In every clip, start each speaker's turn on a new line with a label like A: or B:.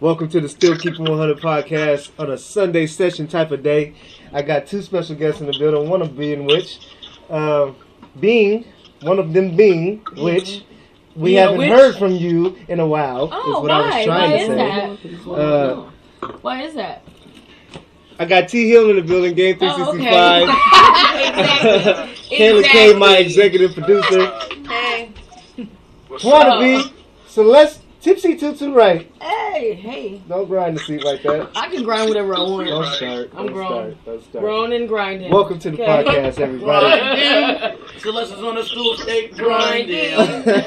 A: Welcome to the Still Keep It 100 podcast on a Sunday session type of day. I got two special guests in the building, one of being which, um, being, one of them being which, we
B: Yeah,
A: haven't
B: which-
A: heard from you in a while,
B: Oh,
A: is what I
B: why?
A: was trying
B: Why
A: to
B: is
A: say.
B: that?
A: Uh,
B: Why is that?
A: I got T Hill in the building, Game
B: Oh,
A: 365.
B: exactly.
A: Kayla K, my executive producer.
B: Hey.
A: Wannabe, Celeste, Tipsy Tutu Right.
B: Hey, hey.
A: Don't grind the seat like that.
B: I can grind whatever I
A: Don't
B: want.
A: start.
B: I'm
A: Don't
B: grown.
A: start. Don't start.
B: Grown and grinding.
A: Welcome to the
B: Okay.
A: podcast, everybody.
B: Grinding.
C: Celeste is on the stool shake
B: Grinding.
C: grinding.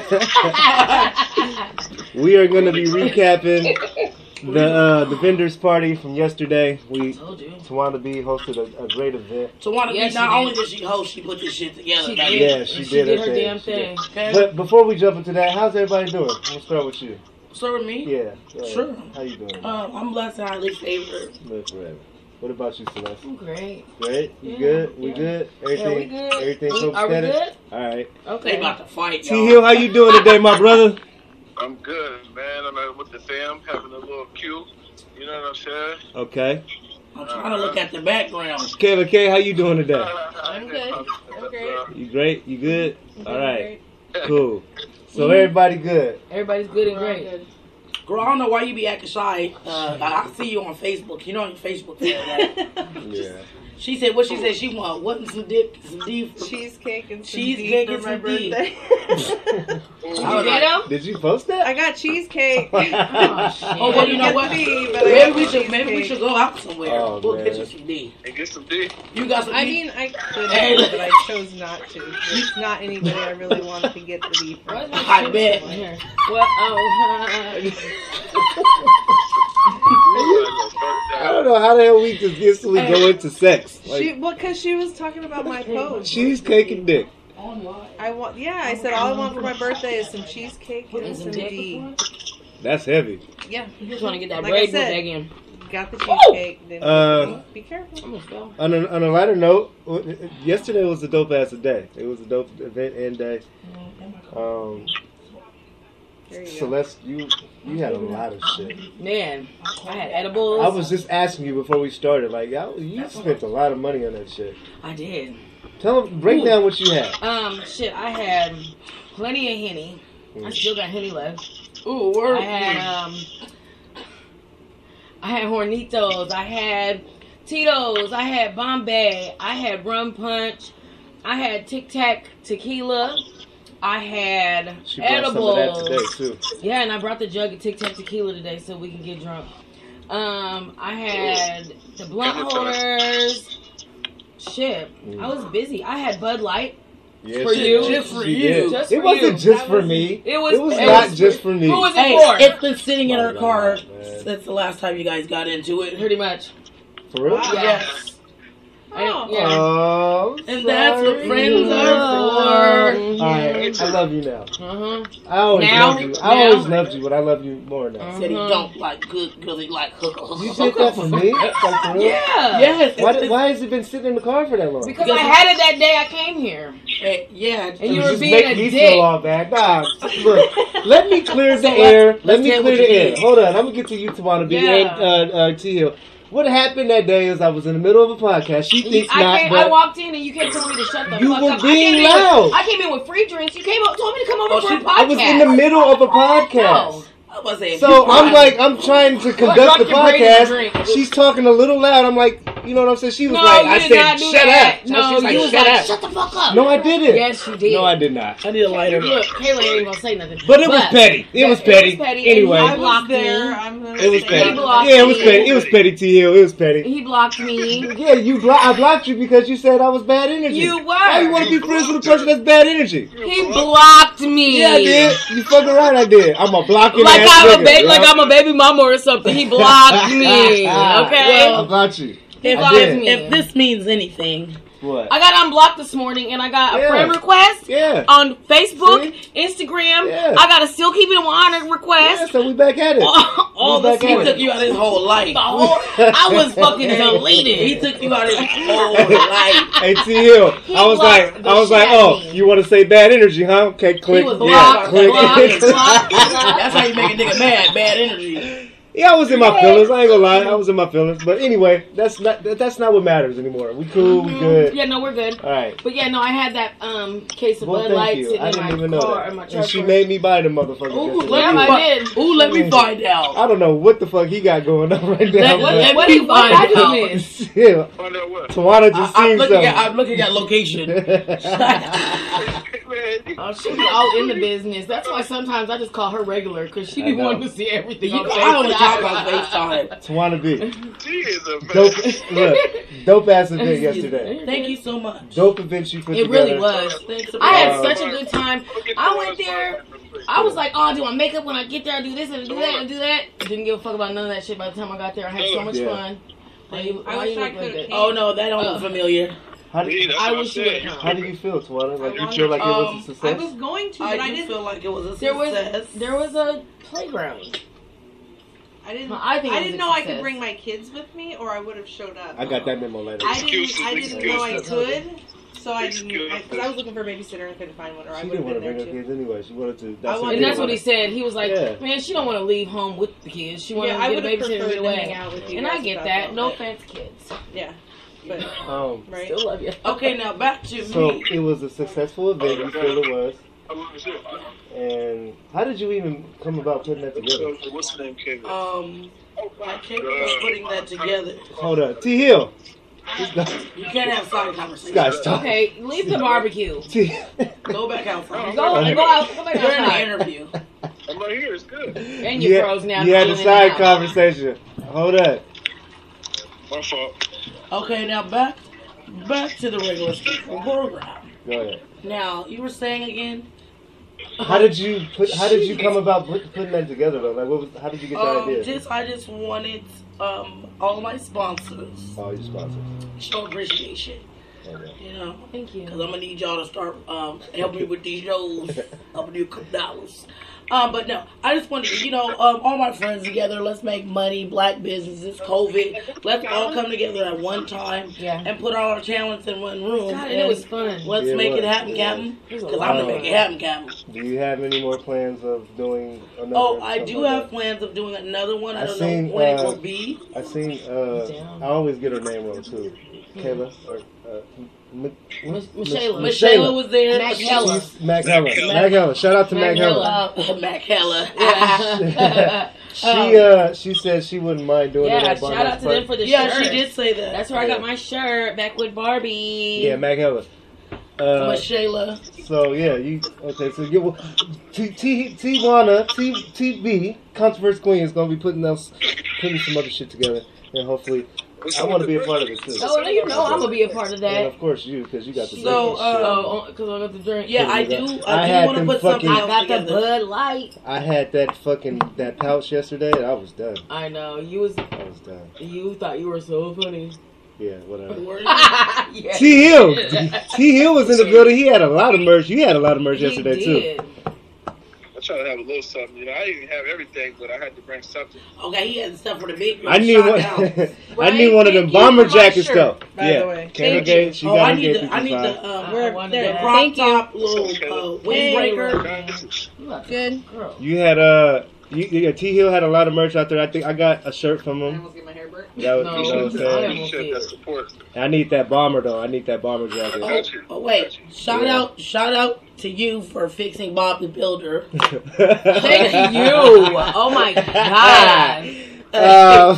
A: we are going to be recapping the uh, the vendors party from yesterday. We
C: Told you.
A: Tawanda B hosted a, a great event,
C: Tawana
B: Yes,
C: yes,
B: she
C: not
B: did.
C: only did she host, she put this shit together.
B: She
C: Like,
B: did.
A: Yeah, she did her
B: her
A: thing.
B: damn
A: She did.
B: thing.
C: Okay.
A: but before we jump into that, how's everybody doing? We'll start with you.
C: so with me,
A: Yeah, go ahead.
C: Sure.
A: How you doing?
B: Uh,
C: um, I'm blessed and highly favored.
A: Live forever. What about you, Celeste?
B: I'm great.
A: Great. You
B: Yeah,
A: good? We
B: yeah.
A: good?
B: Yeah, we
A: Everything?
B: good.
A: Everything
B: We-
A: copacetic?
B: are we good?
A: All right.
C: They
B: Okay.
C: about to fight,
A: T Hill,
C: y'all.
A: how you doing today, my brother?
D: I'm good, man. I'm out with the fam, having a little cue. You know what I'm saying?
A: Okay.
C: I'm trying to look at the background.
A: Kayla K, how you doing today?
D: I'm
B: good. I'm great.
A: You great? You good? All right.
D: great.
A: Cool. So
C: Mm-hmm.
B: Mhm.
A: everybody good.
B: Everybody's good and great.
C: Girl, I don't know why you be acting shy. Uh, I I see you on Facebook. You know your Facebook. fan, right?
A: Yeah.
C: she said what she said. She want what and some dick, some deep.
E: cheesecake and some
C: Cheesecake
E: cheesecake for
C: and some
E: my
C: D.
E: birthday.
C: I was like,
A: Did you post that?
E: I got cheesecake.
C: Oh, well, you know
E: Got
C: what?
E: D, but I
C: Maybe
E: got
C: we should maybe we
E: cheesecake.
C: should go out somewhere.
A: Oh,
C: we'll
A: man.
C: get you some D.
D: And get some dick.
C: You got some
E: I
C: D?
E: mean, I could
C: Hey.
E: have, but I chose not to. It's not anybody I really wanted to get the D from.
C: I bet.
B: Well, oh.
A: I don't know how the hell we just get so we go into sex.
E: she,
A: Like
E: well, cause she was talking about my post.
A: cheesecake and dick.
E: I want, yeah. I said all I want for my birthday is some cheesecake and some D.
A: That's heavy.
E: Yeah,
B: You just want to get that
E: Like I
B: braid moved
E: said.
B: back in.
E: got the cheesecake. Then
A: Oh! Uh,
E: be careful.
B: I'm gonna fail.
A: On a, on a lighter note, w- yesterday was a dope ass day. It was a dope event and day. Um,
E: There you go.
A: Celeste, you you had a lot of shit.
B: Man, I had edibles.
A: I was just asking you before we started. Like, y'all, you spent a lot of money on that shit.
B: I did.
A: Tell them, break down what you had.
B: Um, shit, I had plenty of henny. I
A: Mm.
B: still got henny left.
C: Ooh, word.
B: I had um, I had Hornitos. I had Tito's. I had Bombay. I had rum punch. I had Tic Tac tequila. I had
A: She brought
B: edibles.
A: some of that today too.
B: Yeah, and I brought the jug of Tic Tac tequila today so we can get drunk. Um, I had the blunt holders. Shit, I was busy. I had Bud Light.
A: Yes,
B: For
A: she
B: you.
A: did.
C: Just for
A: She
C: you.
A: did.
B: Just
A: it
B: for
A: wasn't
B: you.
A: just
B: That
A: for
B: was-
A: me.
B: It was.
A: It was not
B: for-
A: just for me.
B: Who was it
C: Hey,
B: for?
C: it's been sitting in
A: My
C: her
A: God,
C: car
A: man.
C: since the last time you guys got into it.
B: Pretty much.
A: For real?
B: Oh,
E: Wow.
C: Yes.
B: I-
E: Oh.
B: yeah.
A: Oh, I'm
C: And that's what
A: sorry.
C: friends are for.
A: All right, I love you now.
B: Uh-huh.
A: I always
B: Now?
A: loved you. I
B: Now?
A: always loved you, but I love you more now.
C: Said he
B: Mhm.
C: don't like good girls, he like hookers.
A: You did that for me? Like, for real?
B: Mm. Yeah.
C: Yes.
A: Why,
C: it's-
A: did- why has it been sitting in the car for that long?
B: Because I had it that day I came here.
C: it's- uh, yeah.
B: And you
A: It
B: were
A: just
B: being
A: make
B: a
A: me
B: dick.
A: feel all bad. Nah, look, let me clear the
C: So let's-
A: air. Let
C: let's
A: me
C: hear
A: clear
C: what
A: the
C: you
A: air.
C: did.
A: Hold on, I'm gonna get to you, Tawana B
B: Yeah.
A: and uh, uh, T Hill. What happened that day is I was in the middle of a podcast. She
B: You-
A: thinks
B: I,
A: not,
B: came,
A: but
B: I walked in and you kept telling me to shut the
A: You
B: fuck
A: were
B: up.
A: being
B: I came
A: loud.
B: In with, I came in with free drinks. You came up, told me to come over
C: Oh,
B: for
C: she-
B: a podcast.
A: I was in the middle of a podcast.
C: I was saying,
A: So I'm like, I'm trying to conduct
B: drunk
A: the
B: and ready to
A: podcast.
B: drink.
A: She's talking a little loud. I'm like, you know what I'm saying? She was
B: no,
A: like,
B: you
A: I
B: did
A: said,
B: not do
A: shut
B: that.
A: up.
B: No,
A: she was like,
B: you was
A: shut
B: like,
A: up.
B: shut the fuck up.
A: No, I didn't.
B: Yes, you did.
A: No, I did not.
C: I need a lighter.
B: Look, Kayla ain't gonna say nothing.
A: But it was petty. It was petty.
B: It was petty.
A: Anyway.
E: I
B: And he blocked
E: was there.
B: me.
E: I'm gonna
A: It was
E: say
A: petty.
E: that.
B: blocked
A: Yeah, it was
B: me.
A: petty. It was petty, T Hill. It was petty.
B: He blocked me.
A: Yeah, you blo- I blocked you because you said I was bad energy.
B: You were.
A: Why you want to be friends with a person that's bad energy?
B: He blocked me.
A: Yeah, I did. You fucking right, I did. I'm a blocking ass
B: Like I'm a
A: nigga,
B: baby,
A: yo.
B: like I'm a baby mama or something. He blocked me. Okay.
A: I blocked you.
C: If,
A: I did.
C: if this means anything,
A: What?
B: I got unblocked this morning and I got
A: Yeah.
B: a friend request
A: yeah.
B: on Facebook, Instagram.
A: Yeah.
B: I got a still keep it in honor
A: Yeah,
B: request.
A: so we back at it.
B: All, all
A: Who's
B: this
A: back
C: he
A: at
B: week.
A: it?
C: took you out his whole life.
B: The whole, oh, I was fucking deleted.
C: He took you out his whole life.
A: Hey T Hill,
B: He
A: I was
B: blocked
A: like,
B: the
A: I was
B: shit
A: like,
B: out
A: oh,
B: of me.
A: you want to say bad energy, huh? Okay, click.
B: was
A: yeah,
B: blocked,
A: click.
B: blocked, blocked, blocked.
C: That's how you make a nigga mad. Bad energy.
A: Yeah, I was in my feelings. I ain't gonna lie, I was in my feelings. But anyway, that's not that, that's not what matters anymore. We cool, we good.
B: Mm-hmm. Yeah, no, we're good.
A: All right.
B: But yeah, no, I had that um case of
A: Well,
B: Bud Light
A: thank you.
B: sitting
A: I
B: in
A: didn't
B: my
A: even know
B: car
A: that.
B: in my
A: and
B: truck.
A: she
B: for-
A: made me buy the motherfucker.
B: Ooh,
A: just
B: let
A: to-
B: me
C: But-
B: I did.
C: Ooh, let me find out.
A: I don't know what the fuck he got going on right now.
C: Let-
B: what,
C: let-
A: but-
B: what, did- what did I
C: Let
B: do
C: me
B: miss?
A: Yeah,
D: Find out what.
A: Tawana
C: I,
A: just
C: I'm
A: seen
C: looking at
A: something.
C: I'm looking at location.
D: Man,
B: Oh, she be all in the business. That's why sometimes I just call her regular because she
A: I
B: be
A: know.
B: wanting to see everything.
C: You
B: on
C: know, I only talk on
B: FaceTime.
C: FaceTime.
A: Tawana B.
D: she is a man.
A: Dope, look, dope ass event yesterday.
C: Thank you so much.
A: Dope event she put
B: It
A: together.
B: really was.
C: Thanks.
B: I had
A: Uh,
B: such a good time.
D: Look at
B: I went
D: Tawan's
B: there.
D: mouth.
B: I was like, oh, I do my makeup when I get there. I do this and I do that and I do that. Didn't give a fuck about none of that shit. By the time I got there, I had so much
A: Yeah.
B: fun. Why you-
E: I
B: why
E: wish
B: you
E: I
B: look like
E: could've
B: that?
E: came.
C: Oh no, that don't
B: Uh,
C: look familiar.
A: How
D: See,
A: do,
D: that's
B: I
D: what
B: wish you
D: said.
B: would've known.
A: how do you feel, Tawana? Like
E: I
A: you feel like it was
B: Um,
C: wanted-
A: a
E: I
A: success?
E: was going to,
C: I,
E: but I,
C: do
E: didn't.
C: feel like it was a
B: There was
C: success.
B: there was a playground.
E: I didn't.
B: I think it
E: I
B: was
E: didn't
B: a
E: know I could
B: success.
E: bring my kids with me, or I would have showed up.
A: I got that memo later.
E: I didn't. I
D: Excuses,
E: didn't know I
B: excuses.
E: could, so I didn't.
D: Excuses.
E: Because I was looking for a babysitter and couldn't find one, or I
A: she
E: would
A: didn't
E: have
A: want
E: been
A: to bring
E: there
A: her kids
E: too.
A: anyway. She wanted to.
E: I
A: That's
E: wanted-
B: And that's what he
A: he
B: said. He was like,
A: Yeah.
B: man, she don't want to leave home with the kids. She want
E: Yeah, I
B: to
E: would
B: get a
E: have
B: babysitter
E: preferred
B: and get
E: to hang
B: away.
E: out with you.
B: And I
E: guys
B: get
E: about
B: that. No
E: but-
B: offense, kids.
E: Yeah, but
A: Um,
E: right.
B: Still love you.
C: okay, now back to
A: so
C: me.
A: it was a successful event. You feel it was.
D: I was there.
A: And how did you even come about putting that together?
D: What's her name, Kevin?
B: Oh.
C: Um, I can't was putting that together.
A: Hold up, T Hill. This guy-
C: You can't have side
A: this
C: conversations.
A: guy's talking.
B: Okay, leave the barbecue.
A: T-
C: Go back outside.
B: Go,
A: Right.
B: go out. Go back
C: We're in the
B: outside.
C: interview.
D: I'm right here. It's good.
B: And you
A: Yeah,
B: froze now.
A: You had a
B: You're in
A: side
B: and out.
A: conversation. Hold up.
D: My fault.
C: Okay, now back back to the regular schedule program.
A: Go ahead.
C: Now you were saying again.
A: How did you put? How did you come about put- putting that together though? Like, what was? How did you get that
B: Oh,
C: Um,
A: idea?
C: just I just wanted um all my sponsors
A: All your sponsors.
C: show appreciation.
A: Okay.
C: You know,
B: Thank
C: Cause
B: you.
C: I'm gonna need y'all to start um, helping me with these shows. I'm gonna do a couple dollars. Um, but no, I just wanted to, you know, um, all my friends together. Let's make money, black businesses, COVID. Let's all come together at one time
B: Yeah.
C: and put all our talents in one room.
B: God, and
C: and
B: it was fun.
C: Let's
A: Yeah, it
C: make
A: was.
C: it happen,
A: It
C: Captain.
B: was. It was a
C: Because
B: lot
C: I'm
A: of
C: gonna make
A: fun.
C: it happen, Captain.
A: Do you have any more plans of doing another?
C: Oh, I
A: something
C: do
A: like
C: have
A: that?
C: plans of doing another one. I
A: I
C: don't
A: seen,
C: know when
A: uh,
C: it will be.
A: I seen. Uh, I always get her name wrong too. Kayla or uh, M- M-
B: Mich- Michaela.
A: Mich-
C: Michelle was there.
B: Mac
C: She's-
B: Hella.
A: She's Mac Hella. Mac Hella. Shout out to Mac
B: Mac
A: Hella.
C: Uh, Mac Hella.
B: Yeah,
A: She uh she said she wouldn't mind doing
B: Oh. Yeah,
A: it.
B: shout out to them for the
C: yeah,
B: shirt.
C: she did say that.
B: That's where I
A: Yeah.
B: got my shirt back with Barbie.
A: Yeah, Mac Hella. Uh,
C: Michela.
A: so yeah, you okay? So you well, T T Tijuana T TB Controversy Queen is gonna be putting us putting some other shit together, and hopefully I want to be a part of it too.
B: Oh, no, you know I'm gonna be a part of
A: And
B: that.
A: of course you, because you got the
C: So,
A: biggest
C: uh,
B: Oh, because I got the drink.
C: Yeah, I
A: Couldn't do
C: do.
A: that. I
C: I,
A: had
C: do want
A: them
C: to put something
A: fucking-
B: I
C: else
B: got the
C: together.
B: Bud Light.
A: shit. I had that fucking that pouch yesterday. And I was done.
B: I know you was
A: I was done.
B: you thought you were so funny.
A: Yeah, whatever.
B: yeah.
A: T Hill, T Hill was in the building. He had a lot of merch. You had a lot of merch
B: He
A: yesterday too.
B: did.
D: I try to have a little something. You know, I didn't have everything, but I had to bring something.
C: Okay, he had stuff for the big.
A: I need
C: shot
A: one.
C: down.
A: I
B: Right?
A: need one of them
B: Thank you for
A: bomber
B: my
A: jackets
B: shirt,
A: though.
E: by
A: yeah.
E: the way.
A: Kayla
E: Thank
A: gave- she
C: oh,
A: got
C: I
A: her
C: need
A: gave
C: the. I need
A: fifty-five.
C: the.
B: I-
C: Um,
B: I
C: where
B: wanted
C: the
B: that.
C: crop
F: Thank you.
C: top little uh, windbreaker.
D: Guys,
B: You look
F: Good.
B: Girl.
A: You had uh, you, yeah, T Hill had a lot of merch out there. I think I got a shirt from
E: I
A: him.
E: almost get my hair burnt.
A: That was, you
B: No.
A: know what
D: Oh,
A: I'm saying?
D: you said that support.
A: I need that bomber though. I need that bomber jacket.
C: Oh, oh, wait! Shout
A: Yeah.
C: out! Shout out to you for fixing Bob the Builder.
B: Oh. Thank you. Oh my god.
A: Um,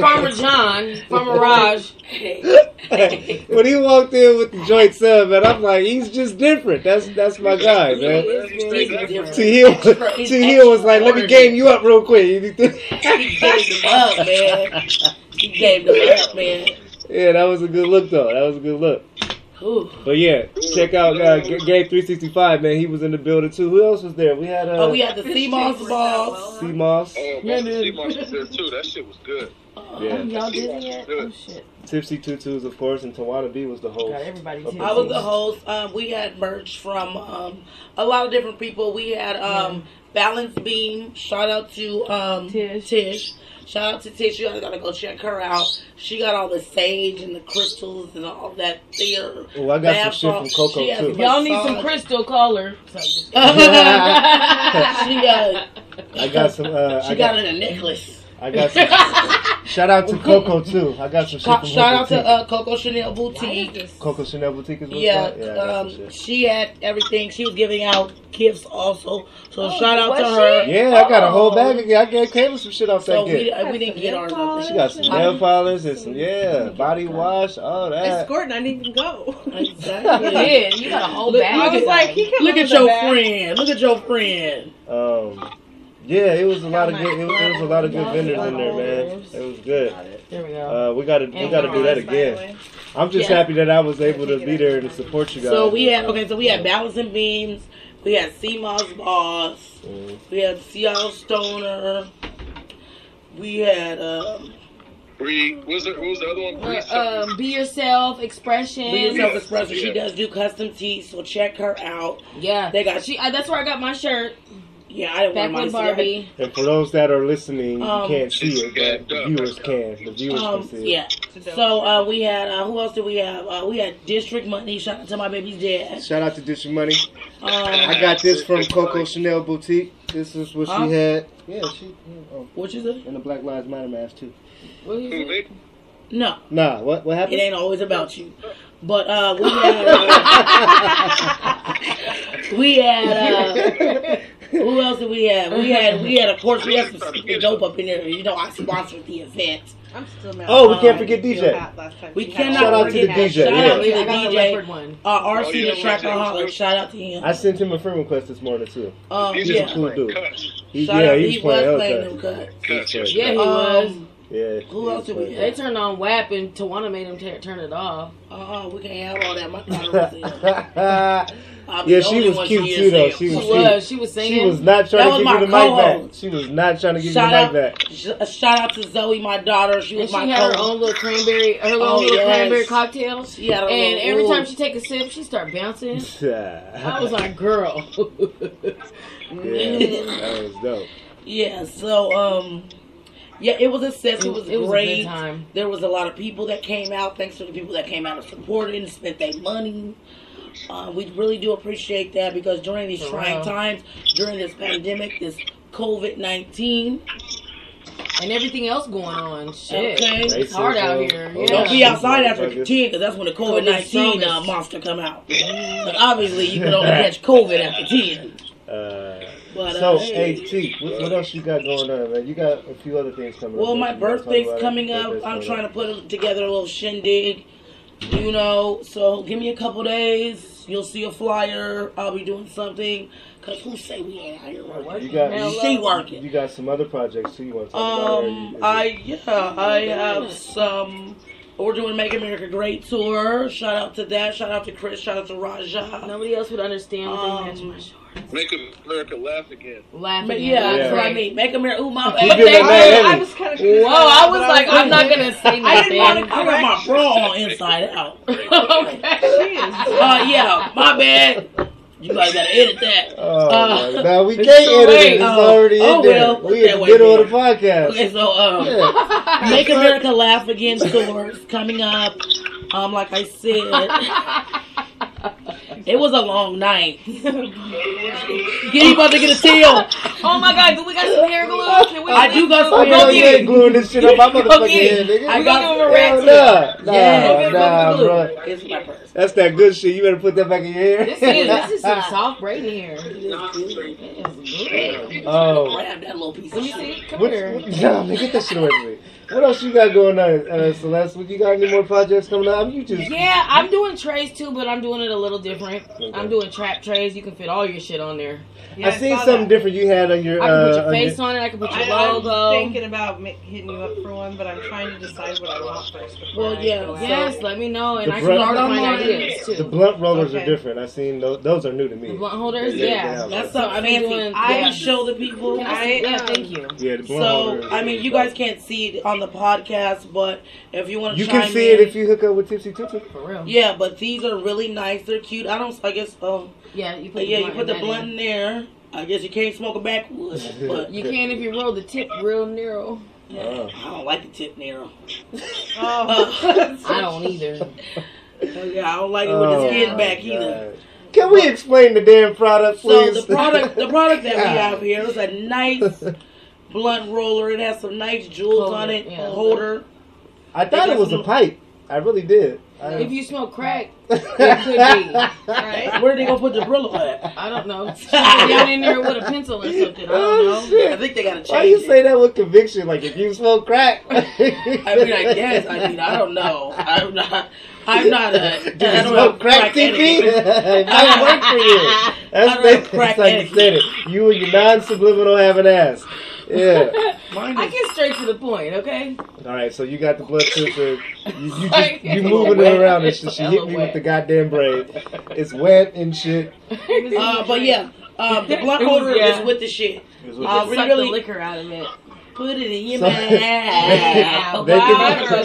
B: Farmer John, Farmer Raj.
A: when he walked in with the joint sub, and I'm like, he's just different. That's that's my guy, man. T Hill, T Hill was like, let me game you up real quick.
C: He gave them up, man. He gave them up, man.
A: yeah, that was a good look though. That was a good look.
C: Ooh.
A: But yeah, check out uh, G- Game 365, man. He was in the building too. Who else was there? We had uh,
C: Oh, we had the sea moss balls.
A: C Moss,
D: Oh,
B: Yeah,
D: man, the
B: dude.
D: sea moss was there too. That shit was good.
A: yeah,
B: Y'all did yet? Oh shit.
A: Tipsy Tutus, of course, and Tawana B was the host.
B: Got everybody
A: Of
B: tipsy.
C: I was the host. Um, we had merch from um, a lot of different people. We had um, Balance Beam. Shout out to um,
B: Tish.
C: Shout out to Tish. You guys gotta go check her out. She got all the sage and the crystals and all that there.
A: Oh, I got
C: bath
A: some shit
C: salts.
A: from Coco,
C: She has
A: too.
C: massage.
B: Y'all need some crystal color.
C: she
A: I
C: got.
A: got some. Uh,
C: She
A: I
C: got
A: got,
C: it in a necklace.
A: I got some. shout out to Coco too. I got some shit
C: Co-
A: from
C: Shout
A: her
C: out to
A: boutique.
C: uh, Coco Chanel Boutique.
A: Coco Chanel Boutique is what's
C: Yeah,
A: up? I got some
C: um,
A: shit.
C: she had everything. She was giving out gifts also. So
F: Oh,
C: shout out to
F: was
C: her.
F: she?
A: Yeah, I got a whole
F: Oh.
A: bag. Of, I gave Kayla some shit off that
C: So we,
A: gift.
C: uh, we didn't get ours. I
A: She got some nail polish and some yeah body wash, all
E: I
A: that.
E: scored and I didn't even go.
C: think. Exactly.
F: Yeah, you got a whole
C: Look,
F: bag.
E: I was
C: at-
E: like, he came
C: Look
E: up
C: at
E: with a
C: your
E: bag.
C: friend. Look at your friend.
A: Um, yeah, it was a lot of good. It was, it was a lot of good vendors in there, man. It was good.
B: There we go.
A: Uh, we gotta we gotta do that again. I'm just
C: Yeah.
A: happy that I was able to be there to support you guys.
C: So we had okay. So we had Balancing Beams. We had C Moss Boss.
A: Mhm.
C: We had Seattle Stoner. We had uh,
D: Bree, what was, the, what was the other one? Bree
B: Uh, um, be yourself, expression.
C: Be Yourself Express.
D: Yeah.
C: She does do custom tees, so check her out.
B: Yeah,
C: They got-
B: she. I, that's where I got my shirt.
C: Yeah, I didn't
B: Back
C: want
B: with
C: mine to see
B: Barbie.
A: And for those that are listening, you
C: Um,
A: can't see it, but the viewers can. The
C: that.
A: viewers
C: Um,
A: can see it.
C: yeah. So uh, we had uh, who else did we have? Uh, we had District Money. Shout out to my baby's dad.
A: Shout out to Dish Money.
C: Um,
A: I got this from Coco Chanel Boutique. This is what
C: Huh?
A: she had. Yeah, she oh,
C: which is it?
A: and the Black Lives Matter mask too.
B: What is it?
D: Big
C: No,
A: Nah, what what
C: it
A: happened?
C: ain't always about you. But uh, we had uh, we had. Uh, Who else did we have? We had, we had, of course, we had some stupid dope up in there. You know, I sponsored the event.
E: I'm still mad.
A: oh, we
C: Um,
A: can't forget DJ.
C: We cannot
A: Shout out to the DJ,
C: Shout
A: yeah.
C: out to
B: I
C: the
B: got a
C: DJ.
B: leopard one.
C: Uh, RC
D: Oh, yeah,
C: the
D: right there.
C: Trackaholic. Shout out to him.
A: I sent him a friend request this morning too.
C: um,
D: He's
A: He's
D: just
A: a
C: yeah.
A: cool dude.
D: cuts.
A: He,
C: Shout
A: yeah,
C: out-
A: he's
C: he
A: playing.
C: was
A: Hell
C: playing
A: yeah.
C: them cuts.
A: He's
D: Cuts,
A: playing.
B: Yeah, he
C: Um,
B: was.
A: Yeah.
C: Who
A: he's
C: else did we
A: playing.
B: They turned on WAP and Tawana made them tear, turn it off.
C: Uh-uh, we can't have all that. My daughter was there.
A: yeah,
C: I'm the
A: she
C: only
A: was
C: one
A: cute
C: she
A: too,
C: is
A: though.
C: now.
A: She
B: She
A: was
B: was.
A: cute.
B: She was singing.
A: She was not
C: That
A: trying
C: was
A: to give
C: my
A: you the mic back.
C: co-host.
A: She was not trying to give
C: Shout
A: you the
C: out,
A: mic back.
C: sh- uh, shout out to Zoe, my daughter. She
B: And
C: was
B: she
C: my
B: had her
C: co-
B: own little cranberry, her own
C: Oh,
B: little
C: yes.
B: cranberry cocktails.
C: She had her
B: and
C: little-
B: every
C: ooh.
B: time she take a sip, she start bouncing. I was like, girl.
A: yeah, that was dope.
C: Yeah. So, um, yeah, it was a set. It was
B: It was a
C: great.
B: good time.
C: There was a lot of people that came out. Thanks to the people that came out and supported and spent their money. Uh, we really do appreciate that because during these
B: For
C: trying
B: real.
C: times, during this pandemic, this COVID nineteen,
B: and everything else going on. Shit.
C: Okay.
B: It's hard out
A: Racism.
B: here.
A: Oh,
B: Yeah.
C: don't be outside after
A: Motherfuckers.
C: ten because that's when the COVID nineteen uh,
B: strongest.
C: monster come out. but obviously, you can only catch COVID after ten.
A: Uh,
C: But
A: so,
C: uh,
A: hey,
C: hey.
A: T, what, what else you got going on, man? You got a few other things coming up.
C: Well,
A: that
C: my
A: you wanna talk
C: birthday's
A: about?
C: coming up.
A: Birthday's
C: I'm
A: coming
C: trying to
A: up.
C: put together a little shindig, you know. So give me a couple days. You'll see a flyer. I'll be doing something. Cause who say we ain't out here working?
A: You got-
B: Now,
C: She
B: look,
C: working.
A: You got some other projects too you want to talk about? or you-
C: Um,
A: is it-
C: I yeah, I have some. We're doing Make America Great tour. Shout out to that. Shout out to Chris. Shout out to Raja.
B: Nobody else would understand what
C: Um,
B: they had to my short.
D: Make America laugh again.
B: Laughing.
C: Ma-
B: at
C: yeah,
B: me.
C: that's what I
B: Right.
C: mean. Make America. Ooh, my
A: You
C: bad.
A: good
B: they-
A: at that,
E: I
A: ain't
E: was kind of.
B: Whoa, I was like, I'm not going to say
C: I didn't
B: nothing.
C: want to. I got my bra on inside out.
B: okay.
C: Uh, yeah, my bad. You guys gotta edit that.
A: Oh,
C: Uh,
A: man. no, we
C: it's
A: can't
C: too
A: edit
C: late.
A: it. It's
C: Oh,
A: already
C: oh,
A: in there.
C: well, put
A: we
C: that
A: in the
C: way
A: middle of the
C: there.
A: podcast.
C: Okay, so um,
A: Yeah.
C: Make America Laugh Again tour is coming up. Um, like I said, it was a long night. Get about to get a deal.
B: Oh my God, do we got some hair glue? Can we
C: I do got some
A: Fuck
C: hair
A: no,
C: glue.
A: you ain't gluing this shit up. my motherfucking
B: Okay.
A: head, nigga.
C: I got some
A: Hell nah. Nah,
C: Yeah,
A: nah, bro.
C: It's my purse.
A: That's that good shit. You better put that back in your ear.
B: This is, this is some soft braiding hair.
A: Oh.
C: Grab that little piece
B: Let
C: of
B: me
C: shit.
B: see. Come
A: What,
B: here.
A: what, nah, man, get that shit away from me. What else you got going on, uh, Celeste? What, you got any more projects coming up? You just
B: Yeah, I'm doing trays too, but I'm doing it a little different.
A: Okay.
B: I'm doing trap trays. You can fit all your shit on there.
A: I seen something different you had on your.
B: I can put
A: uh,
B: your
A: on
B: face on it. I can put your
E: I'm
B: logo.
E: thinking about ma- hitting you up for one, but I'm trying to decide what I want first. before
C: Well,
E: I
C: yeah,
E: go out.
B: Yes, let me know, and
A: The
B: I
A: blunt-
B: can start on my ideas
A: The
B: too.
A: blunt rollers
E: Okay.
A: are different. I seen those. Those are new to me.
B: The blunt holders,
A: Yeah,
B: yeah.
A: yeah.
C: That's something
B: I've
C: I've
B: been
C: fancy.
B: doing-
C: I
B: yeah.
C: show the people.
B: Can I
E: I,
B: see- yeah,
E: um,
B: thank you.
A: Yeah, the blunt
C: So
A: holders.
C: I mean, you guys can't see it on the podcast, but if you want to,
A: You can see it if you hook up with Tipsy Tutu.
B: For real.
C: Yeah, but these are really nice. They're cute. I don't. I guess. Um.
B: Yeah, you put
C: But yeah,
B: the
C: you put the
B: in that
C: blunt in there. I guess you can't smoke a backwoods, but
B: end. You can if you roll the tip real narrow.
A: Oh.
C: I don't like the tip narrow.
E: Oh.
B: I don't either.
C: Yeah, I don't like it with the skin
A: Oh, my
C: back
A: God.
C: either.
A: Can we explain the damn product,
C: So
A: please?
C: the product, the product that we
A: God.
C: have here is a nice blunt roller. It has some nice jewels
B: Holder,
C: on it.
B: yeah.
C: Holder.
A: I thought it was a pipe. I really did. I,
B: If you smoke crack,
A: it
B: could be. Alright.
C: Where are they gonna put the Brillo at?
B: I don't know. She went down in there with a pencil and something. I don't know.
A: Oh, shit.
C: I think they gotta change.
A: Why you
C: it.
A: say that with conviction? Like if you smoke crack. I
C: I mean, I guess. I mean, I don't know. I'm not. I'm not a.
A: Do
C: I
A: uh, you
C: don't have
A: smoke crack, TP?
C: etiquette.
A: it might work for you.
C: I don't
A: That's
C: have
A: the
C: crack
A: that's how you said it. You and your non-subliminal having ass. Yeah.
C: Mine
B: I
C: is
B: get straight to the point, okay?
A: All right. So you got the blood sensor. You, you just
B: Like,
A: you moving it around and shit.
B: it's
A: She hit me with the goddamn braid. It's wet and shit.
C: Uh,
B: Um,
C: but yeah, uh, the blunt
B: It was-
C: holder
B: yeah.
C: is with the shit.
B: Suck
C: Uh,
B: the
C: we really-
B: liquor out of it.
C: Put it in your
A: So-
C: mouth.
A: They can-
C: Wow, bro,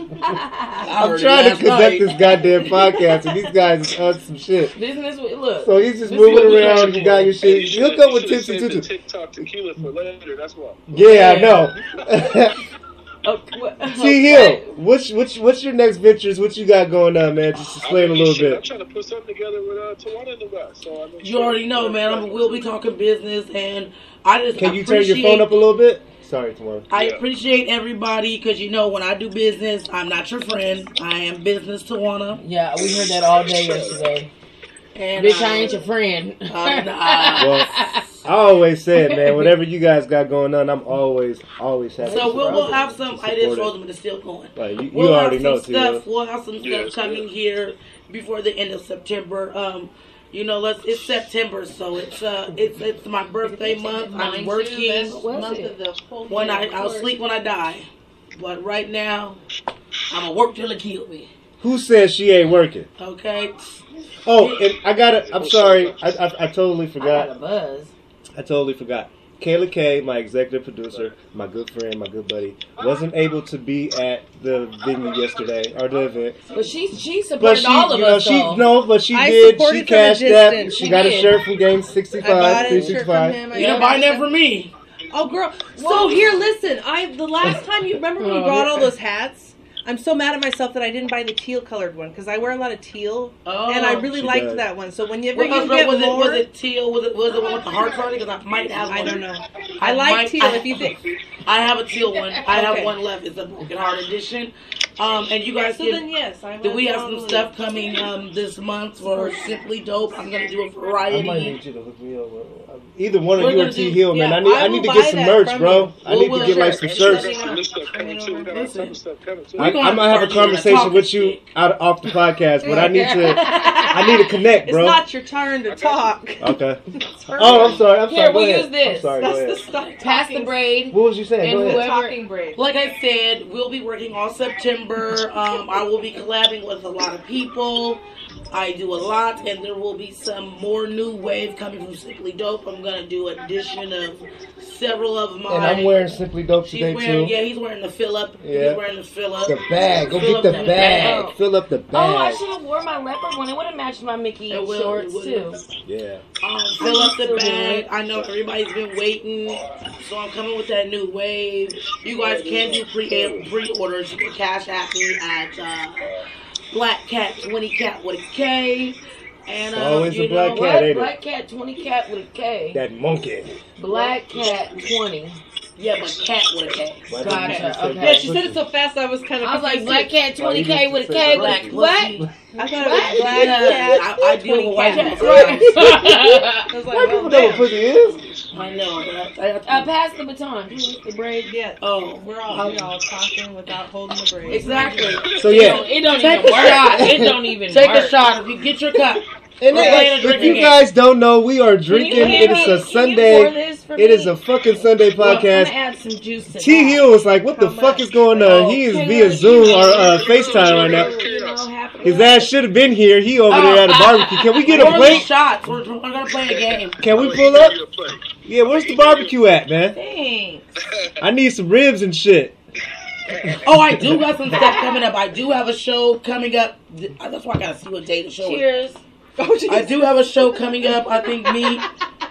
C: that- I
A: I'm
C: heard it
A: trying to
C: last
A: conduct
C: night.
A: this goddamn podcast, and these guys is up some shit.
B: Business, with- look.
A: So he's just
B: This
A: moving
B: is what
A: around. You got your
D: Hey,
A: shit.
D: you
A: You hook up with
D: should've
A: Tipsy
D: saved the
A: Tutu.
D: TikTok tequila for later. That's why.
A: Yeah, I
B: Yeah.
A: know.
B: Oh, what-
A: See Hill, what's what's what's your next ventures? What you got going on, man? Just explain a
D: I'm-
A: little
D: shit, I'm
A: bit.
D: trying to put something together with uh, Tawana in the back. So I make
C: You
D: sure-
C: already know, man. I'm, we'll be talking business, and I just
A: Can you turn your
C: appreciate-
A: phone up a little bit? Sorry, tomorrow.
C: I
D: Yeah.
C: appreciate everybody because you know when I do business, I'm not your friend. I am business Tawana,
B: Yeah, we heard that all day yesterday.
C: and
B: Bitch, I ain't your friend.
C: I'm uh, not.
A: Well, I always said, man, whatever you guys got going on, I'm always always happy.
C: So
A: to
C: we'll, we'll
A: support
C: have
A: it,
C: some.
A: to
C: I just
A: support it.
C: told them to still going.
A: Like you, you
C: We'll
A: already
C: have
A: know,
C: some
A: too.
C: stuff. We'll have some stuff
D: Yeah, it's
C: coming
D: good.
C: here before the end of September. Um, you know, let's. It's September, so it's uh, it's it's my birthday month. I'm working.
B: month of
C: When I I'll sleep when I die, but right now, I'ma work till it kill me.
A: Who says she ain't working?
C: Okay.
A: Oh, and I got to I'm sorry, I, I I totally
B: I got a
A: forgot.
B: buzz.
A: I totally forgot. Kayla K, my executive producer, my good friend, my good buddy, wasn't able to be at the venue yesterday or the event.
B: But she, she
A: But
B: supported
A: she,
B: all of
A: you know,
B: us,
A: she
B: though.
A: no, but she
E: I
A: did.
E: supported
A: She
E: from a
A: cashed that.
E: distance.
A: She
B: She
A: got a
B: did.
A: shirt from Game
E: I bought
A: 65,
E: a shirt from
A: 365.
E: him. I
C: You know,
E: got
C: buy that
E: it.
C: for me.
E: Oh, girl. So
B: Whoa.
E: here, listen. I the last time you remember when you
B: Oh,
E: brought all
B: yeah.
E: those hats. I'm so mad at myself that I didn't buy the teal colored one because I wear a lot of teal,
C: Oh.
E: and I really
A: She
E: liked
A: does.
E: that one. So whenever
C: What
E: you
C: color
E: get
C: was it?
E: more,
C: Was it teal? Was it was it one with the hearts on it? Because I might have.
E: I
C: one.
E: don't know. I like
C: might-
E: teal. If you think
C: I have a teal one. I have
E: Okay.
C: one left. It's a broken heart edition. Um, and you guys
E: so,
C: can.
E: then yes, I.
C: Do
E: will
C: we have some
E: totally-
C: stuff coming um, this month for Simply Dope? I'm gonna do
A: I
C: a
A: might
C: variety.
A: need you to hook me up. bro. Either one
C: We're
A: of you or
C: gonna
A: T
C: do-
A: Hill, man.
E: yeah,
A: I need
E: I
A: I need to
E: will buy
A: get some
E: that
A: merch,
E: from
A: bro.
E: you.
A: I need
C: We'll
A: to get
C: wear
A: like
C: shirts.
A: some
D: Actually, we got
A: shirts.
E: Listen.
D: some new stuff coming, too. We got all types of stuff coming, too.
A: I,
C: We're gonna
A: I'm gonna have
C: have
A: a
C: to party and
A: conversation
C: talk
A: with you
C: shit.
A: out off the podcast, but I need to I need to connect,
E: It's
A: bro.
E: not your turn to talk.
A: Okay.
E: It's her
A: Oh, I'm sorry. I'm
B: Here,
A: sorry. Go
B: we'll
A: ahead.
B: use this.
A: I'm sorry. Go
E: That's the
A: ahead.
E: stuff.
B: Pass the
E: talking-
B: braid.
A: What was you saying?
B: And
A: Go ahead.
B: whoever-
E: Talking braid.
C: Like I said, we'll be working all September. Um, I will be collabing with a lot of people. I do a lot, and there will be some more new wave coming from Simply Dope. I'm gonna do addition of several of my.
A: And I'm wearing Simply Dope
C: She's
A: today
C: wearing,
A: too.
C: yeah, he's wearing the fill up.
A: Yeah.
C: He's wearing the fill up.
A: The bag. Go
C: Fill
A: get
C: up
A: the
C: that
A: bag. Fill up the
B: Oh, I
A: bag.
B: should have wore my leopard one. It would have matched my Mickey
C: It will, it
B: shorts
C: would.
B: too.
A: Yeah.
C: Um, fill up the bag. I know everybody's been waiting, so I'm coming with that new wave. You guys can do pre pre orders. You can cash at me at uh, Black Cat Twenty Cat with a K. And uh,
A: Always
C: you
A: a black
C: know,
A: cat,
B: What?
A: ain't it?
B: Black cat twenty cat with a K.
A: That monkey.
B: Black cat twenty.
C: Yeah, but cat with a K.
A: Why did
B: Gotcha,
A: you just say
B: okay.
E: Yeah,
A: black
E: she said it
A: pussy?
E: so fast I was kind of.
B: I was like
E: confused.
B: black cat
A: Oh,
B: twenty
A: you
B: K
A: just
B: with a
A: said
B: K.
A: black
B: Like
C: pussy.
B: what?
E: I thought it was black
C: Yeah,
E: cat.
C: I, I deal with white
E: Cat.
C: people sometimes.
E: I was like,
A: Black
E: well,
A: people know what
E: damn.
A: pussy is.
C: I know, but I, I have to.
B: Uh, pass the baton. please.
E: the braid yet.
C: oh,
E: We're all we all talking without holding the braid.
C: exactly.
A: So
B: It
A: yeah,
B: don't, it don't
C: Take
B: even
C: a
B: work.
C: shot.
B: It don't even
C: Take
B: work.
C: a shot if you get your cup.
A: and
C: We're playing a
A: if, if
C: drinking
A: you
C: game.
A: guys don't know, we are
B: Can you
A: drinking.
B: hand
A: It
B: me-
A: is a
B: can You pour
A: Sunday.
B: this for
A: It
B: me?
A: is a fucking Sunday
B: Well, I'm
A: podcast.
B: gonna add some juice to
A: T
B: that. Oh,
A: Hill was like, "What the
E: How
A: fuck
E: much?
A: is going on?" He is
B: Can
A: via
B: I-
A: Zoom or
B: can I-
A: uh, FaceTime right now.
B: You know, half of
A: His
B: it.
A: ass should have been here. He
B: Oh,
A: over there at a barbecue. Can we get
C: We're
A: a plate?
C: shots. We're, we're gonna play a game.
A: Can we
D: I'll
A: pull
D: give
A: up?
D: you a plate.
A: Yeah, where's the barbecue at, man?
E: Thanks.
A: I need some ribs and shit.
C: Oh, I do got some stuff coming up. I do have a show coming up. Th- That's why I gotta see what day the show is.
B: Cheers.
E: Oh, geez.
C: I do have a show coming up. I think me,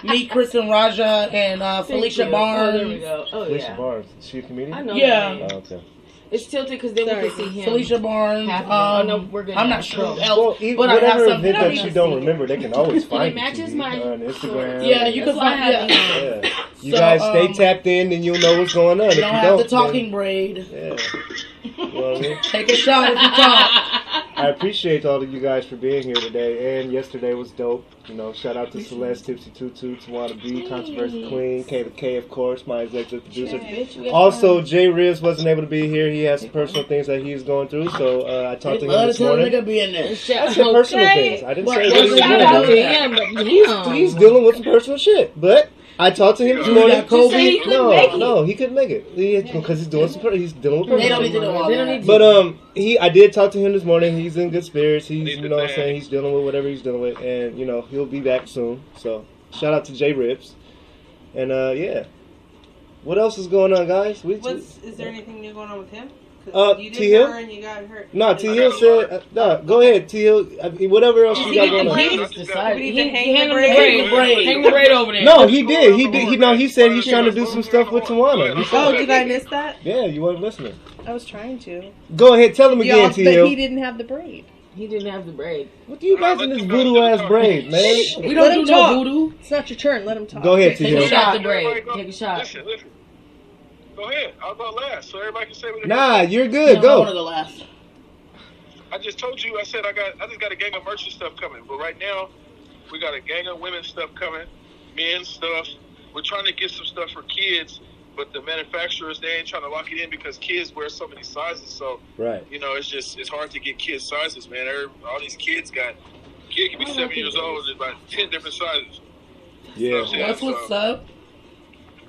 C: me, Chris and Raja and uh,
B: Thank
C: Felicia
B: you.
C: Barnes.
B: Oh, there we go. Oh yeah.
A: Barnes, is she a comedian? Oh,
B: I know.
C: Yeah.
B: that name.
A: okay.
B: It's tilted because then
E: Sorry.
B: we can see him.
C: Felicia Barnes.
B: Half of
C: Um,
B: it. Oh, no, we're good
C: I'm
B: now.
C: not sure.
B: Cool.
A: Well,
C: Else,
A: even
C: but I have
A: whatever
C: something.
A: event that you
B: even
A: don't
B: see it.
A: remember, they can always find you.
B: matches
A: TV,
B: mine.
A: on Instagram.
C: Yeah, you
B: That's
C: can
B: why I have
C: find- yeah.
B: these.
A: Yeah. You
C: So,
A: guys stay
C: um,
A: tapped in, and you'll know what's going on. If
C: You
A: you
C: don't have the
A: don't,
C: talking braid.
A: then- yeah. You know what I mean?
C: Take a shot if you talk.
A: I appreciate all of you guys for being here today, and yesterday was dope. You know, shout out to Celeste, Tipsy Two Toots, Wanna Be, Controversy Queen, K the K, of course, my executive producer. Also, Jay Ribs wasn't able to be here. He has some personal things that he's going through, so uh, I talked to
C: They
A: him
C: love to
A: this
C: tell a
A: morning.
C: nigga be in there.
A: I said personal things. I didn't say
C: Well,
A: what he was
C: shout
A: doing.
C: out to
A: He's,
D: Um,
A: he's dealing with some personal shit, but I talked to him this
D: You
A: morning.
C: got COVID?
A: No, no, he couldn't make it because he's doing some. per- He's dealing with
C: They
A: personal.
C: don't need to know all
B: They don't
C: that.
B: need
A: But um, he I did talk to him this morning. He's in good spirits. He's
D: Need
A: you
D: to
A: know what I'm
D: thank.
A: saying he's dealing with whatever he's dealing with, and you know he'll be back soon. So shout out to J Rips, and uh yeah, what else is going on, guys? We
E: What's is there anything new going on with him? 'Cause
A: Uh,
E: you
A: T. Hill?
E: her and you got hurt.
A: no T Hill said uh, no. Go ahead T Hill. I mean, whatever else
B: He,
A: you
B: he,
A: got going on.
B: he just decided. He,
E: We need to
B: he,
E: hang
B: hand him
E: the
B: the
E: braid.
B: braid. Hang the braid over there.
A: No, Oh, he did. He did. He no. He said he's trying to do some stuff with Tawana. He
E: Oh,
A: said,
E: did I miss that?
A: yeah, you weren't listening.
E: I was trying to.
A: Go ahead, tell him
E: Y'all,
A: again,
E: but
A: T Hill.
E: he didn't have the braid.
B: He didn't have the braid.
A: What do you guys in this voodoo ass braid, man?
C: We
E: Let
C: don't do no
E: him talk.
C: voodoo.
E: It's not your turn. Let him talk.
A: Go ahead, T
B: Take a
A: Hill.
B: shot. The braid. Take a shot.
D: Listen, listen. Go ahead. I'll go last so everybody can say what they
A: Nah, you're
C: You
A: good.
C: don't
A: Go.
C: wanna go last.
D: I just told you. I said I got. I just got a gang of merchant stuff coming. But right now, we got a gang of women stuff coming, men stuff. We're trying to get some stuff for kids, but the manufacturers they ain't trying to lock it in because kids wear so many sizes. So
A: Right.
D: you know, it's just it's hard to get kids sizes, man. Every, all these kids got. Kid can be seven years old and about ten different sizes.
A: Yeah.
C: That's what's up.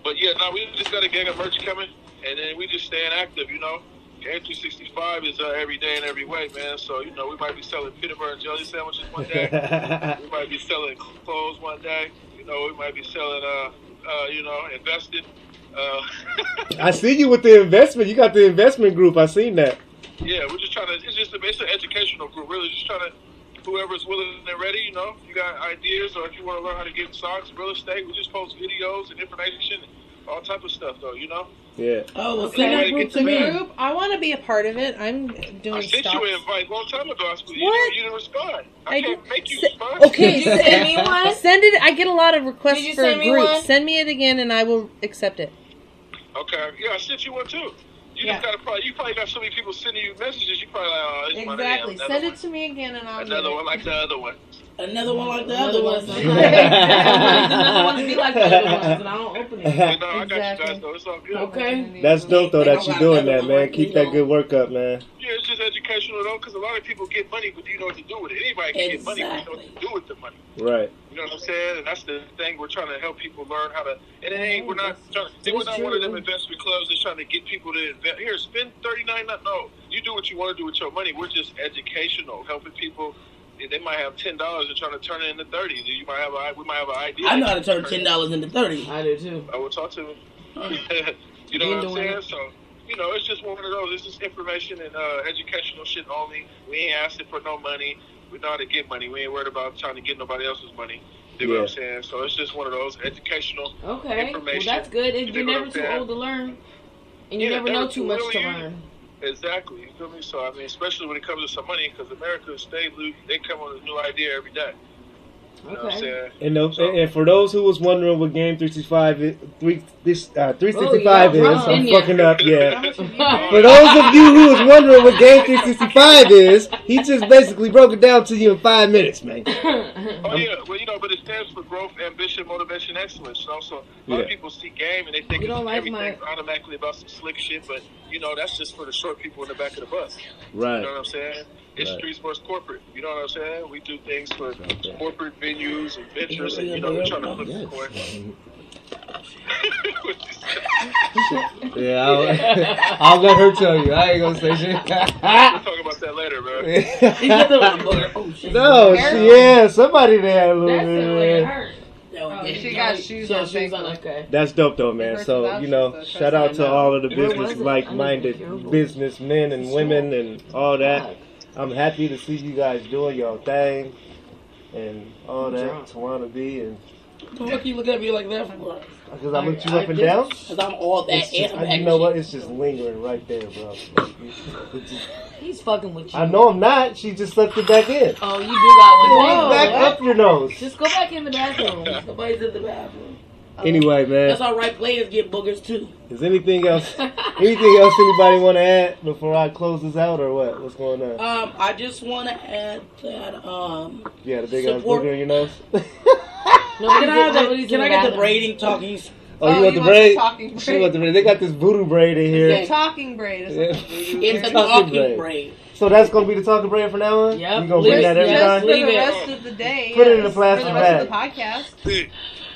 D: But yeah, no, we just got a gang of merch coming, and then we just staying active, you know. Game 365 is uh, every day and every way, man. So, you know, we might be selling peanut butter and jelly sandwiches one day. we might be selling clothes one day. You know, we might be selling, uh, uh, you know, invested. Uh,
A: I see you with the investment. You got the investment group. I seen that.
D: yeah, we're just trying to, it's just a, it's an educational group, really. Just trying to, whoever's willing and ready, you know, if you got ideas or if you want to learn how to get stocks, real estate, we just post videos and information, all type of stuff, though, you know.
A: Yeah.
C: Oh, well,
D: Okay.
C: send that group
D: Get
C: to
D: the
C: me.
D: braid.
E: Group, I want to be a part of it. I'm
D: I
E: doing
D: sent
E: stocks.
D: you an invite a long time ago. I you,
E: What?
D: didn't, you didn't respond. I,
E: I
D: can't
E: did-
D: make you
E: se-
D: respond.
E: Okay,
B: Did you send me one?
E: Send it. I get a lot of requests
B: Did you
E: for a
B: send me
E: group.
B: one?
E: Send me it again, and I will accept it.
D: Okay. Yeah, I sent you one too. You
E: Yeah.
D: just gotta probably you probably got so many people sending you messages. You probably like, oh, this might be
E: Exactly.
D: another
E: Send
D: one.
E: it to me again, and I'll.
D: Another one like the other one.
C: Another one like the
B: Another
C: other
B: one.
C: one.
B: Another ones be like the other ones, and I don't open it.
D: You know, I got you
E: Exactly.
D: guys though. It's all good.
B: Okay.
A: That's dope though that you're doing that, man. Keep that good work up, man.
D: Yeah, it's just educational though, because a lot of people get money, but do you know what to do with it? Anybody can get money, but you know what to do with the money.
A: Right.
D: You know what I'm saying? And that's the thing we're trying to help people learn how to. And it ain't we're not trying. It was not one of them investment clubs that's trying to get people to invest. Here, spend thirty nine. No, you do what you want to do with your money. We're just educational, helping people. They might have ten dollars and trying to turn it into thirty. You might have a, we might have an idea.
C: I know how to turn ten dollars into thirty.
B: I do too.
D: I will talk to him. you know what I'm saying? So, you know, it's just one of those. It's just information and uh, educational shit only. We ain't asking for no money. We know how to get money. We ain't worried about trying to get nobody else's money. You know what I'm saying? So it's just one of those educational.
B: Okay. Well,
D: Information.
B: that's good. And
D: You
B: you're
D: dig what
B: never
D: I'm
B: too
D: saying?
B: old to learn, and you
D: Yeah,
B: never know
D: never
B: too
D: too
B: much
D: old,
B: to
D: yeah.
B: learn.
D: Exactly. You feel me? So I mean, especially when it comes to some money, because America stay loose. They come up with a new idea every day. You know what I'm
B: Okay.
D: saying?
A: And those, and and for those who was wondering what Game 365 is, three, this, uh, 365
B: Oh, you
A: is,
B: got
A: I'm
B: it wrong,
A: fucking up, yeah. For
D: But
A: those of you who was wondering what Game 365 is, he just basically broke it down to you in five minutes, man.
D: Oh yeah, well you know, but it stands for growth, ambition, motivation, excellence. You know, so a lot
A: Yeah.
D: of people see game and they think
B: You don't
D: it's
B: like
D: everything's automatically about some slick shit, but you know that's just for the short people in the back of the bus. You know
A: Right.
D: what I'm saying? It's
A: Right.
D: streets versus corporate. You know what I'm saying? We do things for
A: Okay.
D: corporate venues and ventures, and you know we're trying to look
A: Yes.
D: for.
A: Yeah, I'll, I'll let her tell you. I ain't gonna say
D: we'll talk about that later, man.
A: shit.
C: Another one, boy. Oh, shit.
A: No, she, yeah, somebody there a little
B: That's
A: bit.
B: the way it hurt.
C: Oh, yeah.
E: She got shoes
C: Yeah,
E: on,
C: shoes
E: thankfully.
B: Okay.
A: That's dope though, man.
E: Versus
A: So
E: vouchers,
A: you know,
E: though, first
A: shout out
E: time
A: to
E: out.
A: all of the
B: Where was it?
A: business like-minded
B: I didn't get your
A: businessmen and women and all that. I'm happy to see you guys doing your thing and all
B: I'm
A: that.
B: drunk.
A: Tawana B and
C: Don't look you look at me like that for
A: because I looked you
C: I
A: up and
C: did-
A: down.
C: Cause I'm all that
A: It's just-
C: animal.
A: you know what? It's just lingering right there, bro. It's just-
B: He's fucking with you.
A: I know I'm not. She just sucked it back in.
B: Oh, you do got one.
A: Back
B: Whoa.
A: up your nose.
B: Just go back in the bathroom.
C: Somebody's in the bathroom.
A: Anyway, man,
C: That's all right. Players get boogers too.
A: is anything else? Anything else anybody want to add before I close this out, or what? What's going on?
C: Um, I just want to add that. Um,
A: yeah, the big ass
C: support-
A: booger in your nose. oh,
C: can I, have the, can I get the braiding talking?
E: Oh,
A: oh, you want the braid?
E: Talking braid.
A: She want the braid. They got this voodoo braid in here.
E: The talking braid. Is
A: Yeah.
C: It's
A: Talking
C: a talking
A: braid.
C: braid.
A: So that's gonna be the talking brain from now on.
B: Yep.
A: You gonna bring
B: Leave-
A: that every
B: yes,
E: just
A: time,
E: for the
B: Leave it.
E: rest of the day.
A: Put it in
E: yes,
A: the plastic
E: For the rest of the podcast.
D: Hey,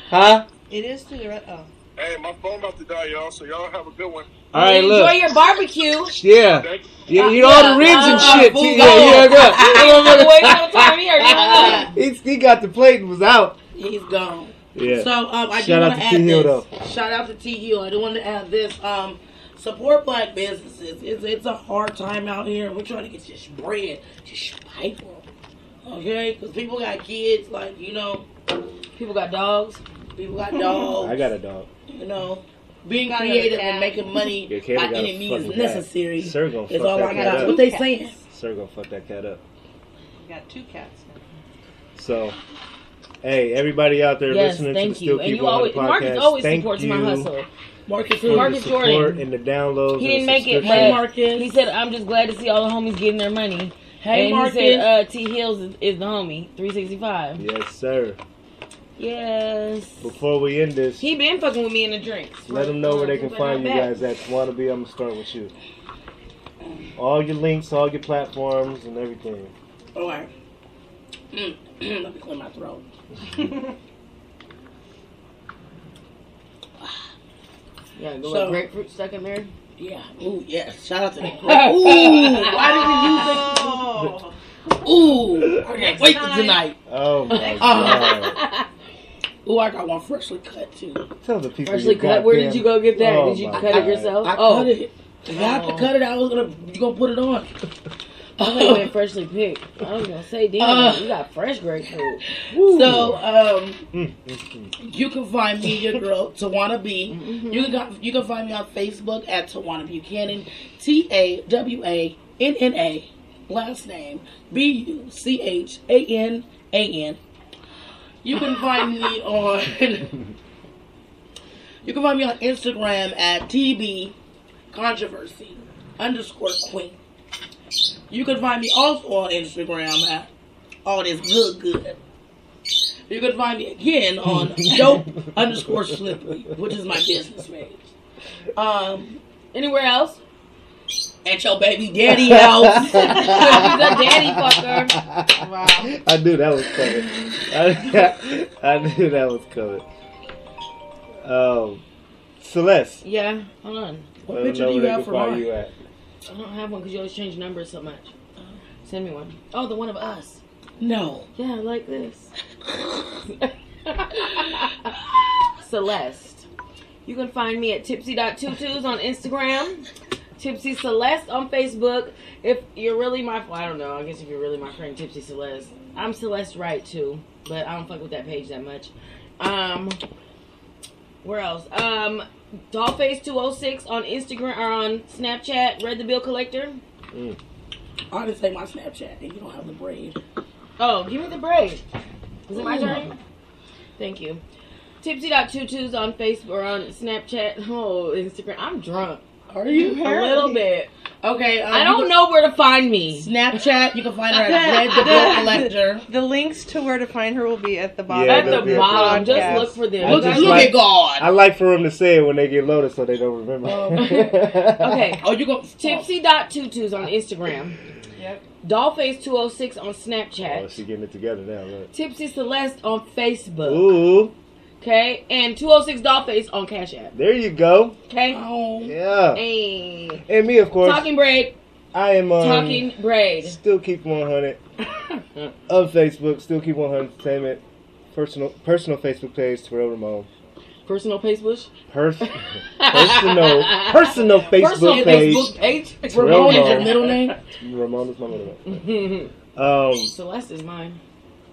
A: huh?
E: It is to the rest. Oh.
D: hey, my phone about to die, y'all. So y'all have a good one.
A: All right,
B: enjoy
A: look.
B: your barbecue.
A: Yeah,
D: Thank you.
A: you, you know all the ribs and shit. too. Yeah, yeah,
B: Wait,
A: yeah.
B: no, Terry, are you on?
A: He's- he got the plate and was out.
C: He's gone.
A: Yeah.
C: So um, I
A: Shout
C: do
A: out
C: want
A: to
C: to
A: T.
C: add
A: Hill,
C: this. Shout out to T Hill. I do want to add this. Um, support black businesses. It's it's a hard time out here. We're trying to get this bread, just people. Okay, because people got kids. Like you know,
B: People got dogs.
C: people got dogs.
A: I got a dog.
C: you know. Being
E: Got another
C: creative
E: cat.
C: and making money
A: Yeah, Kayla
C: by
A: got
C: any
A: a
C: means
A: fucking cat.
C: necessary is
A: Sir gonna fuck
C: all
A: that
C: I
A: cat
C: got. That's
A: up.
C: what they saying.
A: Sir gonna fuck that cat up.
E: We got two cats now.
A: So, hey, everybody out there
B: Yes,
A: listening
B: thank
A: to the Still
B: you. And
A: People
B: you always,
A: on the podcast,
B: Marcus always
A: thank
B: supports
A: you
B: my hustle.
C: Marcus,
A: for
B: Marcus
A: the support
B: Jordan.
A: and the downloads.
B: He
A: and the
B: didn't make it,
A: subscriptions.
B: but
C: Marcus.
B: he said, "I'm just glad to see all the homies getting their money."
C: Hey,
B: and
C: Marcus.
B: he said, uh, "T Hills is, is the homie, 365."
A: Yes, sir.
B: Yes.
A: Before we end this,
B: He been fucking with me in the drinks.
A: Let them know where they can
B: But
A: find
B: I'm
A: you
B: back.
A: guys at. Wannabe, I'm gonna start with you. All your links, all your platforms, and everything.
C: All right. Mm, Let me clear my throat.
B: Yeah, go
C: So-
B: with grapefruit stuck in there.
C: Yeah. Ooh, yeah. Shout out to that. Ooh, why
E: Oh.
C: did you? Ooh, I can't wait for tonight.
A: Oh my
C: Uh-huh.
A: god.
C: Ooh, I got one freshly cut too.
A: Tell the people.
B: Freshly
A: you
B: cut. Where did
A: goddamn-
B: you go get that?
A: Oh
B: did you
A: my
B: cut
A: God.
B: it yourself?
C: I
B: oh,
C: cut it. If I have to
B: Oh.
C: cut it. I was gonna. You gonna put it on?
B: I thought you went freshly picked. I was gonna say, damn,
C: Uh.
B: you got fresh grapefruit.
C: So um,
A: Mm, mm, mm.
C: you can find me, your girl Tawana B.
B: Mhm.
C: You can got- you can find me on Facebook at Tawana Buchanan, T A W A N N A, last name B U C H A N A N. You can find me on. You can find me on Instagram at TB Controversy underscore Queen. You can find me also on Instagram at All This Good Good. You can find me again on Dope underscore Slippery, which is my business page. Um,
B: Anywhere else?
C: at your baby daddy house.
B: daddy
A: fucker.
E: Wow.
A: I knew that was coming. I, I knew that was coming. Um, Celeste.
B: Yeah, hold on.
C: what
A: let them
C: picture
A: know where
C: do you
A: they
C: have
A: can
C: for
A: find
C: mine?
A: you at.
B: I don't have one because you always change numbers so much. Send me one. Oh, the one of us.
C: No.
B: Yeah, like this. Celeste. You can find me at tipsy.tutus on Instagram. Tipsy Celeste on Facebook. If you're really my, well, I don't know. I guess if you're really my friend, Tipsy Celeste. I'm Celeste Wright too, but I don't fuck with that page that much. Um, where else? Um, Dollface206 on Instagram or on Snapchat. Red the Bill Collector.
C: I didn't say my Snapchat, and you don't have the braid.
B: Oh, give me the braid. Is it my turn? Thank you. Tipsy.tutus on Facebook or on Snapchat. Oh, Instagram. I'm drunk.
C: Are you?
B: A little bit.
C: Okay. Um,
B: I don't know where to find me.
C: Snapchat. You can find her at Red the Bill Collector.
E: The links to where to find her will be at the bottom.
A: Yeah,
B: At
A: they'll
B: the
A: be at the
B: bottom.
E: podcast.
B: Just look for them.
A: I
C: Look,
A: just
C: look
A: like-
C: at God.
A: I like for them to say it when they get loaded so they don't remember.
B: okay.
C: oh, you go
B: Tipsy.tutus on Instagram.
E: Yep.
B: Dollface206 on
A: Oh,
B: Snapchat.
A: she getting it together now. Look.
B: Tipsy Celeste on Facebook.
A: Ooh,
B: Okay. And 206 Dollface on Cash App.
A: there you go.
B: Okay.
C: Oh.
A: Yeah.
B: Hey.
A: And me, of course.
B: Talking braid.
A: I am um,
B: Talking braid.
A: Still keep 100 on Facebook. Still keep 100 Entertainment. Personal personal Facebook page Terrell Ramon.
B: Personal Facebook.
A: Pers- personal personal Facebook
B: Personal
A: page.
B: Facebook page.
A: Terrell
C: Ramon is your
A: Ramon.
C: middle name.
A: Ramon is my middle name. Um,
B: Celeste is mine.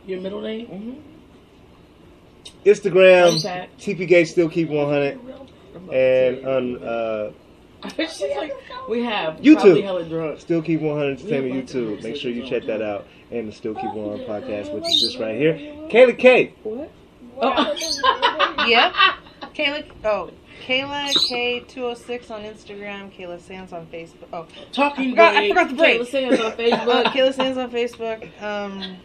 C: Your middle name.
A: Instagram.
B: Contact.
A: TPG still keep 100. And on uh,
B: She's like, we have
A: YouTube.
B: probably hella drunk.
A: Still Keep 100
B: Yeah,
A: Entertainment
B: but-
A: YouTube. Make sure you check that out. And the Still Keep 100 podcast, which is this right here. Kayla K.
B: Oh.
E: Yep. Kayla, oh, Kayla K206 on Instagram, Kayla Sands on Facebook. Oh, I
C: Talking
E: forgot, I
C: Big.
E: forgot the break.
B: Kayla Sands on
E: Uh,
B: Facebook.
E: Kayla Sands on Facebook. Um,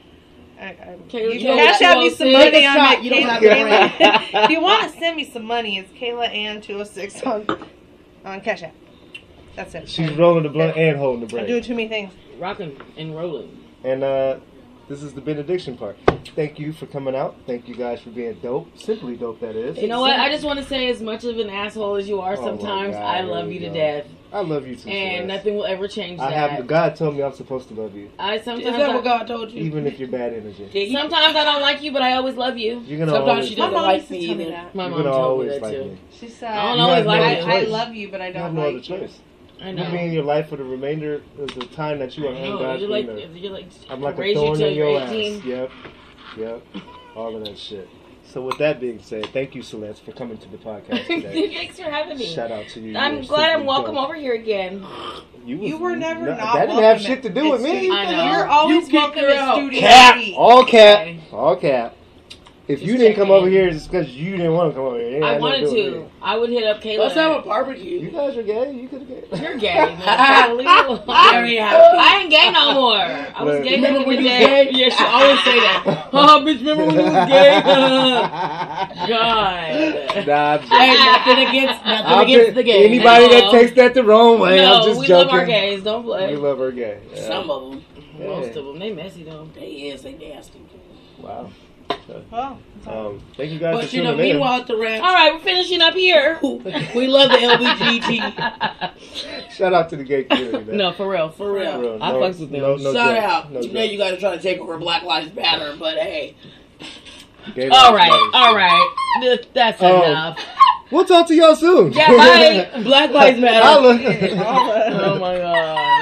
E: I, I,
B: Kayla
E: you
B: Jones
E: can cash out me some
B: 206.
E: money on
C: Stop,
E: that.
C: you don't
E: Kayla-
C: have to
E: Kayla- if you want to send me some money, it's Kayla Ann 206 on, on Cash App. That's it.
A: She's rolling the blunt and holding the
E: I'm doing
A: break.
E: too many things.
B: Rocking and rolling.
A: And uh, this is the benediction part. Thank you for coming out. Thank you guys for being dope. Simply dope, that is.
B: You know what? I just want to say, as much of an asshole as you are
A: Oh my
B: sometimes,
A: God,
B: I
A: here
B: love
A: we
B: you to
A: go.
B: death,
A: I love you too.
B: and
A: Celeste.
B: nothing will ever change
A: I
B: that.
A: have God told me I'm supposed to love you,
B: I
C: Is
B: sometimes
C: that what
B: I,
C: God told you?
A: even if you're bad energy.
C: Did he-
B: sometimes I don't like you, but I always love you.
A: You're gonna
C: Sometimes
A: always,
C: she
E: My
C: doesn't
E: mom
C: like
E: used to
C: me
E: tell me
C: either.
E: that.
B: My
A: you're
B: mom
A: gonna
B: told me
A: always
B: that
A: like
B: too.
A: me.
E: She said,
B: I don't
A: You
B: always
A: have no
B: like
A: other
B: you.
E: I, I
A: choice.
E: love you, but I
A: You
E: don't
A: have no
E: like
A: other
E: you.
A: choice.
B: I
A: You
B: know.
A: be in your life for the remainder of the time that you are
B: I know.
A: on God's
B: You're like,
A: window.
B: you're like,
A: I'm like a
B: raise you
A: thorn
B: till
A: in
B: you're
A: your
B: 18.
A: ass. Yep, yep, all of that shit. So with that being said, thank you, Celeste, for coming to the podcast today.
B: Thanks for having me.
A: Shout out to you.
B: I'm
A: You're
B: glad I'm
A: simply
B: welcome
A: dope.
B: over here again.
A: You,
E: You were never
A: no-
E: not
A: That didn't have
E: welcome.
A: shit to do with
E: It's
A: me.
E: just-
B: I know.
E: You're always
C: You kicked
E: welcome
C: her
E: to
C: out.
E: Studio
A: Cap,
E: B.
A: all cap,
B: Okay.
A: all cap. If
B: Just
A: you didn't come
B: checking.
A: over here, it's because you didn't want to come over here. It ain't
B: I
A: had nothing
B: wanted
A: do with
B: to. I would hit up Kayla.
C: Let's have a
A: it. You
C: barbecue.
A: guys are gay. You could have gay.
B: You're gay. Man. Leave me alone.
C: Very happy.
B: I ain't gay no more. I was
A: Look.
B: gay back
C: Remember
B: in
C: when
B: the
C: you
B: day.
C: was gay?
B: Yeah, she always say that. Oh, bitch, remember when you was gay? God.
A: Nah, I'm
C: I
A: joking.
C: ain't nothing against nothing
A: I'll
C: against
A: pick
C: the gay.
A: Anybody that
B: No.
A: takes that the wrong way,
B: no,
A: I'm just
B: we
A: joking.
B: love our gays. Don't play.
A: We love her gay. Yeah.
C: Some of them,
B: Most
A: Yeah.
B: of them, they messy though.
C: they is they nasty.
A: Wow.
E: Oh,
A: Um, thank you guys
C: But
A: for
C: you know,
A: tuning in.
C: meanwhile at the ranch,
B: All right, we're finishing up here.
C: we love the LBGT.
A: Shout out to the gay community. Man.
B: no, for real, for real.
A: For real,
B: I
A: no,
B: fucks with them.
A: No, no
C: Shout
A: jokes,
C: out.
A: No
C: you know
A: jokes.
C: you guys are trying to take over Black Lives Matter, but hey,
A: Gay
B: All
A: lives
B: right,
A: matter.
B: all right. Th- That's
A: Oh.
B: enough.
A: We'll talk to y'all soon.
B: Yeah, bye.
C: Black Lives Matter.
A: Holla.
B: oh my god.